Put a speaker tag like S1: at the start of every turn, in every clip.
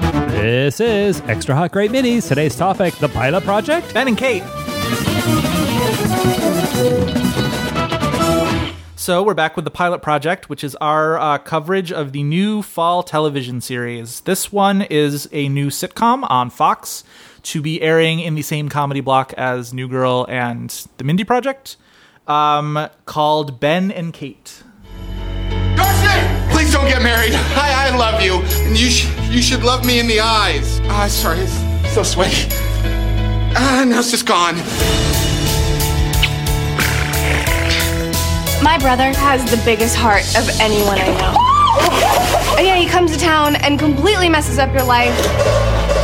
S1: This is Extra Hot Great Minis. Today's topic the pilot project.
S2: Ben and Kate. So we're back with the pilot project, which is our uh, coverage of the new fall television series. This one is a new sitcom on Fox to be airing in the same comedy block as New Girl and The Mindy Project, um, called Ben and Kate.
S3: Darcy! Please don't get married. I, I love you, and you sh- you should love me in the eyes. Ah, sorry, it's so sweaty. Ah, now it's just gone.
S4: My brother has the biggest heart of anyone I know. And yeah, he comes to town and completely messes up your life,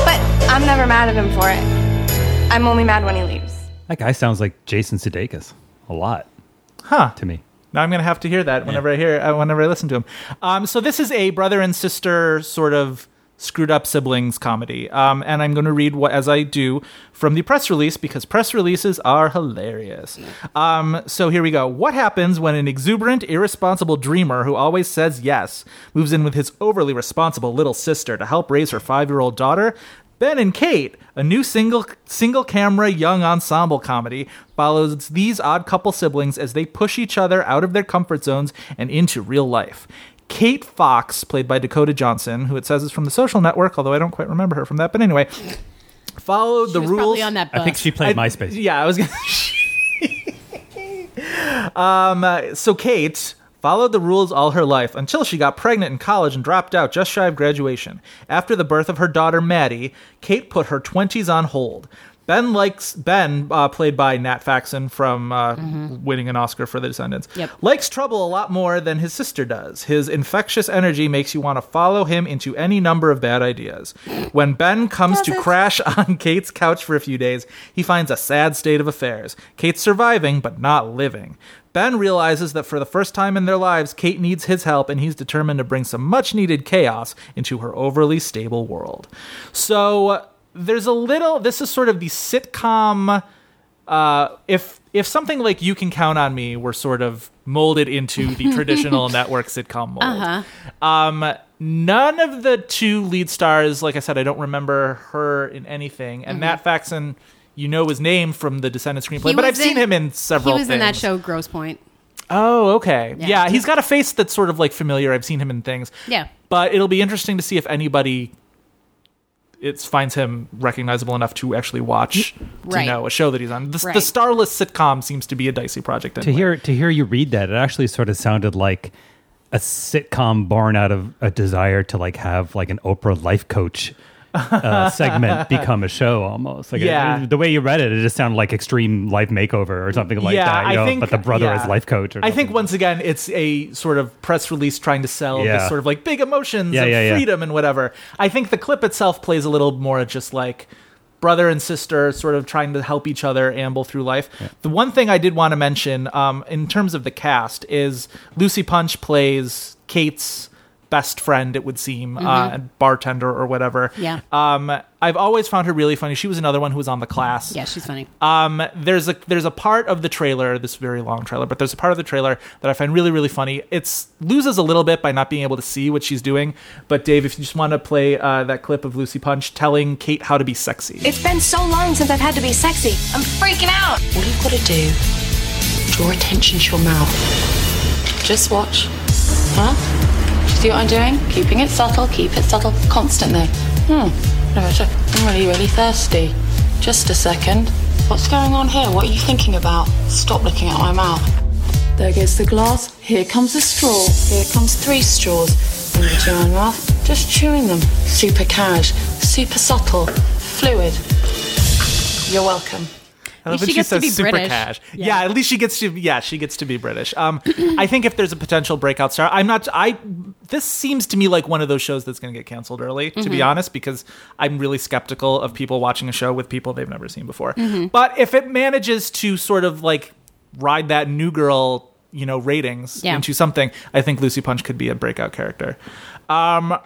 S4: but I'm never mad at him for it. I'm only mad when he leaves.
S1: That guy sounds like Jason Sudeikis a lot
S2: Huh.
S1: to me.
S2: Now I'm gonna have to hear that whenever I hear, uh, whenever I listen to him. Um, so this is a brother and sister sort of screwed up siblings comedy, um, and I'm going to read what as I do from the press release because press releases are hilarious. Um, so here we go. What happens when an exuberant, irresponsible dreamer who always says yes moves in with his overly responsible little sister to help raise her five-year-old daughter? Ben and Kate, a new single single camera young ensemble comedy, follows these odd couple siblings as they push each other out of their comfort zones and into real life. Kate Fox, played by Dakota Johnson, who it says is from The Social Network, although I don't quite remember her from that, but anyway, followed the
S5: She was
S2: rules
S5: probably on that bus.
S1: I think she played
S2: I-
S1: MySpace.
S2: Yeah, I was gonna. um, uh, so Kate followed the rules all her life until she got pregnant in college and dropped out just shy of graduation. After the birth of her daughter Maddie, Kate put her twenties on hold. Ben likes Ben, uh, played by Nat Faxon from uh, winning an Oscar for The Descendants,
S5: Yep.
S2: likes trouble a lot more than his sister does. His infectious energy makes you want to follow him into any number of bad ideas. When Ben comes to crash on Kate's couch for a few days, he finds a sad state of affairs. Kate's surviving, but not living. Ben realizes that for the first time in their lives, Kate needs his help, and he's determined to bring some much needed chaos into her overly stable world. So there's a little, this is sort of the sitcom uh, if if something like you can count on me were sort of molded into the traditional network sitcom mold
S5: Uh-huh.
S2: um none of the two lead stars like i said i don't remember her in anything and matt faxon you know his name from the descendant screenplay
S5: Mm-hmm. He
S2: but
S5: was
S2: i've seen him in several
S5: He was in that
S2: things.
S5: show, Gross Point.
S2: oh okay yeah.
S5: Yeah.
S2: he's got a face that's sort of like familiar i've seen him in things
S5: Yeah.
S2: but it'll be interesting to see if anybody it finds him recognizable enough to actually watch
S5: Right.
S2: to know a show that he's on. The, the
S5: Right.
S2: starless sitcom seems to be a dicey project.
S1: To
S2: Anyway.
S1: hear to hear you read that, it actually sort of sounded like a sitcom born out of a desire to like have like an Oprah life coach uh, segment become a show almost. Like
S2: Yeah.
S1: the way you read it, it just sounded like extreme life makeover or something like that. You know, but the brother
S2: yeah.
S1: is life coach. Or
S2: I think
S1: something.
S2: once again, it's a sort of press release trying to sell this
S1: Yeah.
S2: sort of like big emotions
S1: Yeah,
S2: of
S1: yeah, yeah.
S2: freedom and whatever. I think the clip itself plays a little more just like brother and sister sort of trying to help each other amble through life. The one thing I did want to mention um, in terms of the cast is Lucy Punch plays Kate's best friend, it would seem, uh, and bartender or whatever.
S5: Yeah.
S2: Um, I've always found her really funny. She was another one who was on the class.
S5: Yeah, she's funny.
S2: Um, there's a there's a part of the trailer, this very long trailer, but there's a part of the trailer that I find really really funny. It's loses a little bit by not being able to see what she's doing. But Dave, if you just want to play uh, that clip of Lucy Punch telling Kate how to be sexy,
S4: It's been so long since I've had to be sexy. I'm freaking out.
S6: All you've got to do, draw attention to your mouth. Just watch. Huh? Do you see what I'm doing? Keeping it subtle, keep it subtle, constant though. Hmm. No, it's- I'm really, really thirsty. Just a second. What's going on here? What are you thinking about? Stop looking at my mouth. There goes the glass. Here comes the straw. Here comes three straws. In the jar and mouth. Just chewing them. Super cash. Super subtle. Fluid. You're welcome.
S2: I
S5: least she gets to be British.
S2: Yeah.
S5: Yeah.
S2: at least she gets to yeah she gets to be British. Um, I think if there's a potential breakout star, I'm not I. This seems to me like one of those shows that's going to get canceled early, to
S5: Mm-hmm.
S2: be honest, because I'm really skeptical of people watching a show with people they've never seen before.
S5: Mm-hmm.
S2: But if it manages to sort of like ride that new girl, you know, ratings
S5: Yeah.
S2: into something, I think Lucy Punch could be a breakout character. Um,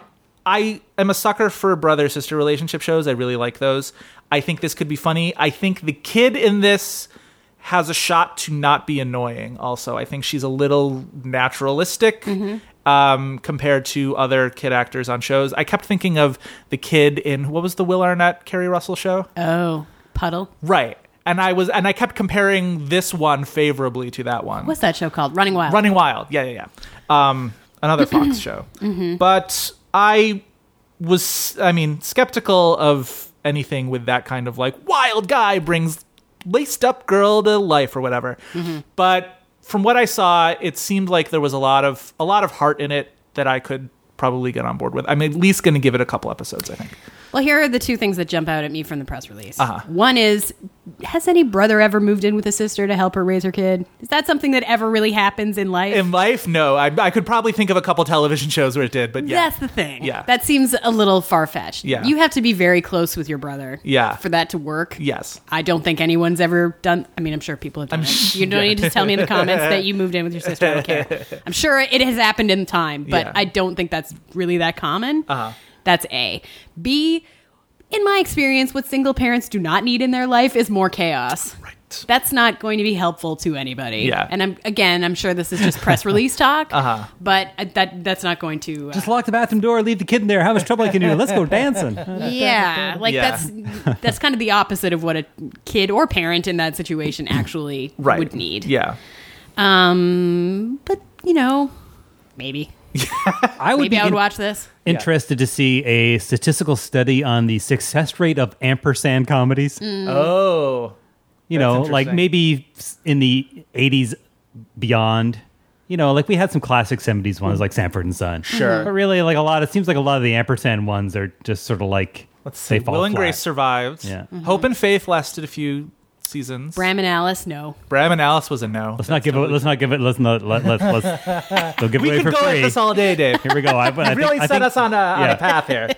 S2: I am a sucker for brother sister relationship shows. I really like those. I think this could be funny. I think the kid in this has a shot to not be annoying also. I think she's a little naturalistic um, compared to other kid actors on shows. I kept thinking of the kid in what was the Will Arnett Carrie Russell show,
S5: Oh, puddle.
S2: right? And I was and I kept comparing this one favorably to that one.
S5: What's that show called? Running Wild.
S2: Running Wild. Yeah, yeah, yeah. Um, another Fox show.
S5: Mm-hmm.
S2: But I was, I mean, skeptical of anything with that kind of like wild guy brings laced up girl to life or whatever.
S5: Mm-hmm.
S2: But from what I saw, it seemed like there was a lot of a lot of heart in it that I could probably get on board with. I'm at least going to give it a couple episodes. I think.
S5: Well, here are the two things that jump out at me from the press release.
S2: Uh-huh.
S5: One is, has any brother ever moved in with a sister to help her raise her kid? Is that something that ever really happens in life?
S2: In life, no, I, I could probably think of a couple television shows where it did, but yeah,
S5: That's the thing.
S2: Yeah.
S5: That seems a little far fetched.
S2: Yeah.
S5: You have to be very close with your brother.
S2: Yeah.
S5: For that to work.
S2: yes,
S5: I don't think anyone's ever done. I mean, I'm sure people have done. it. You don't need to tell me in the comments that you moved in with your sister. I don't care. I'm sure it has happened in time, but
S2: Yeah.
S5: I don't think that's really that common. Uh-huh. That's a. B. In my experience, what single parents do not need in their life is more chaos.
S2: right.
S5: That's not going to be helpful to anybody.
S2: Yeah.
S5: And I'm again, I'm sure this is just press release talk. Uh-huh. But that that's not going to uh,
S1: Just lock the bathroom door, leave the kid in there. How much trouble can you do? Let's go dancing.
S5: yeah like
S2: Yeah.
S5: that's that's kind of the opposite of what a kid or parent in that situation actually
S2: Right.
S5: would need
S2: Yeah.
S5: um but you know maybe
S1: I would
S5: maybe
S1: be
S5: i would
S1: in-
S5: watch this
S1: interested to see a statistical study on the success rate of ampersand comedies.
S5: Mm-hmm.
S2: Oh.
S1: you know,
S2: That's
S1: like
S2: interesting.
S1: maybe s- in the 80s beyond. You know, like we had some classic 70s ones like Sanford and Son.
S2: Sure.
S1: But really, like a lot, it seems like a lot of the ampersand ones are just sort of like,
S2: Let's see.
S1: they fall
S2: Will and
S1: flat.
S2: Grace survived.
S1: Yeah. Mhm.
S2: Hope and Faith lasted a few seasons.
S5: Mm-hmm. bram and alice no
S2: Bram and Alice was a no.
S1: Let's not give it. Let's not give it. Let's not. Let, let's. let's they'll give
S2: we
S1: it away
S2: could
S1: for
S2: go
S1: free.
S2: at this all day, Dave.
S1: Here we go. I, but I
S2: You really
S1: think- I
S2: set
S1: think-
S2: us on a, on
S1: yeah. Oh,
S2: a path here.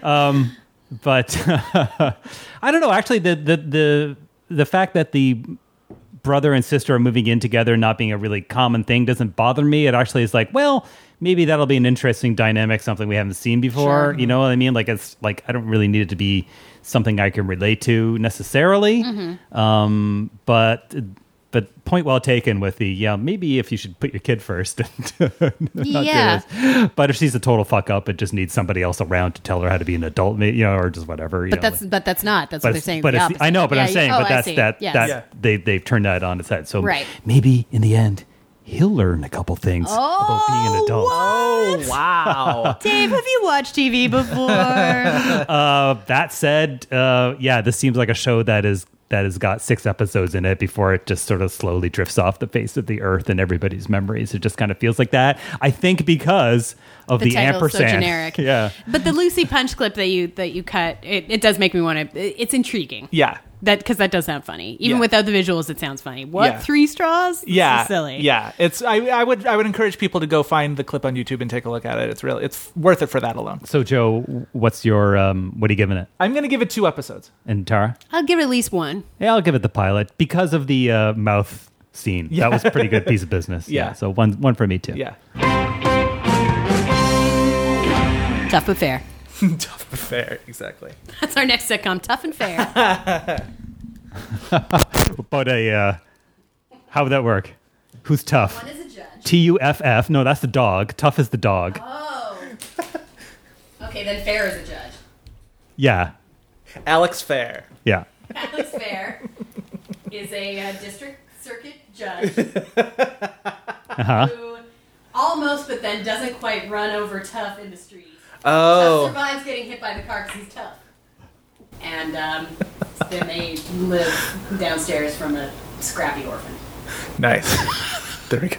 S1: but I don't know. Actually, the the the the fact that the brother and sister are moving in together, not being a really common thing, doesn't bother me. It actually is like, well, maybe that'll be an interesting dynamic, something we haven't seen before. You know what I mean? Like it's like I don't really need it to be something I can relate to necessarily.
S5: Mm-hmm.
S1: Um, but but point well taken with the yeah, maybe if you should put your kid first. not do
S5: Yeah.
S1: this. But if she's a total fuck up, it just needs somebody else around to tell her how to be an adult, ma- you know, or just whatever. You
S5: but
S1: know,
S5: that's
S1: like-
S5: but that's not that's
S1: but
S5: what they're
S1: it's-
S5: saying
S1: but
S5: the
S1: it's-
S5: opposite.
S1: I know, but
S5: Yeah,
S1: I'm
S5: you-
S1: saying,
S5: oh,
S1: but
S5: I
S1: that's
S5: see.
S1: that
S5: Yes.
S1: that
S2: Yeah.
S1: they they've turned that on its head. So
S5: Right.
S1: maybe in the end, he'll learn a couple things about being
S5: Oh,
S1: an adult.
S2: Oh wow!
S5: dave have you watched tv before
S1: Uh, that said, uh, yeah, this seems like a show that is that has got six episodes in it before it just sort of slowly drifts off the face of the earth and everybody's memories. It just kind of feels like that. I think because of the,
S5: the title's so
S1: ampersand.
S5: generic
S1: yeah.
S5: but the lucy punch clip that you that you cut it, it does make me want to it, it's intriguing
S2: yeah,
S5: that because that does sound funny even
S2: Yeah.
S5: without the visuals it sounds funny what
S2: Yeah.
S5: three straws This
S2: yeah,
S5: is silly
S2: Yeah, it's. I, I would. I would encourage people to go find the clip on YouTube and take a look at it. It's really. It's worth it for that alone.
S1: So Joe, what's your um, what are you giving it?
S2: I'm gonna give it two episodes.
S1: And Tara?
S5: I'll give it at least one.
S1: Yeah, I'll give it the pilot because of the uh, mouth scene. That was a pretty good piece of business.
S2: Yeah.
S1: So one one for me too.
S2: Yeah.
S5: Tough but fair.
S2: Tough but fair. Exactly.
S5: That's our next sitcom, Tough and Fair.
S1: But a uh, how would that work? Who's tough?
S5: is a judge.
S1: T U F F. No, that's the dog. Tough is the dog.
S5: Oh. Okay, then Fair is a judge.
S1: Yeah.
S2: Alex Fair.
S1: Yeah.
S5: Alex Fair is a uh, district circuit judge who almost, but then doesn't quite run over Tough in the street. Tough
S2: Oh.
S5: survives getting hit by the car because he's tough. And um, then they live downstairs from a scrappy orphan.
S2: Nice. there we go.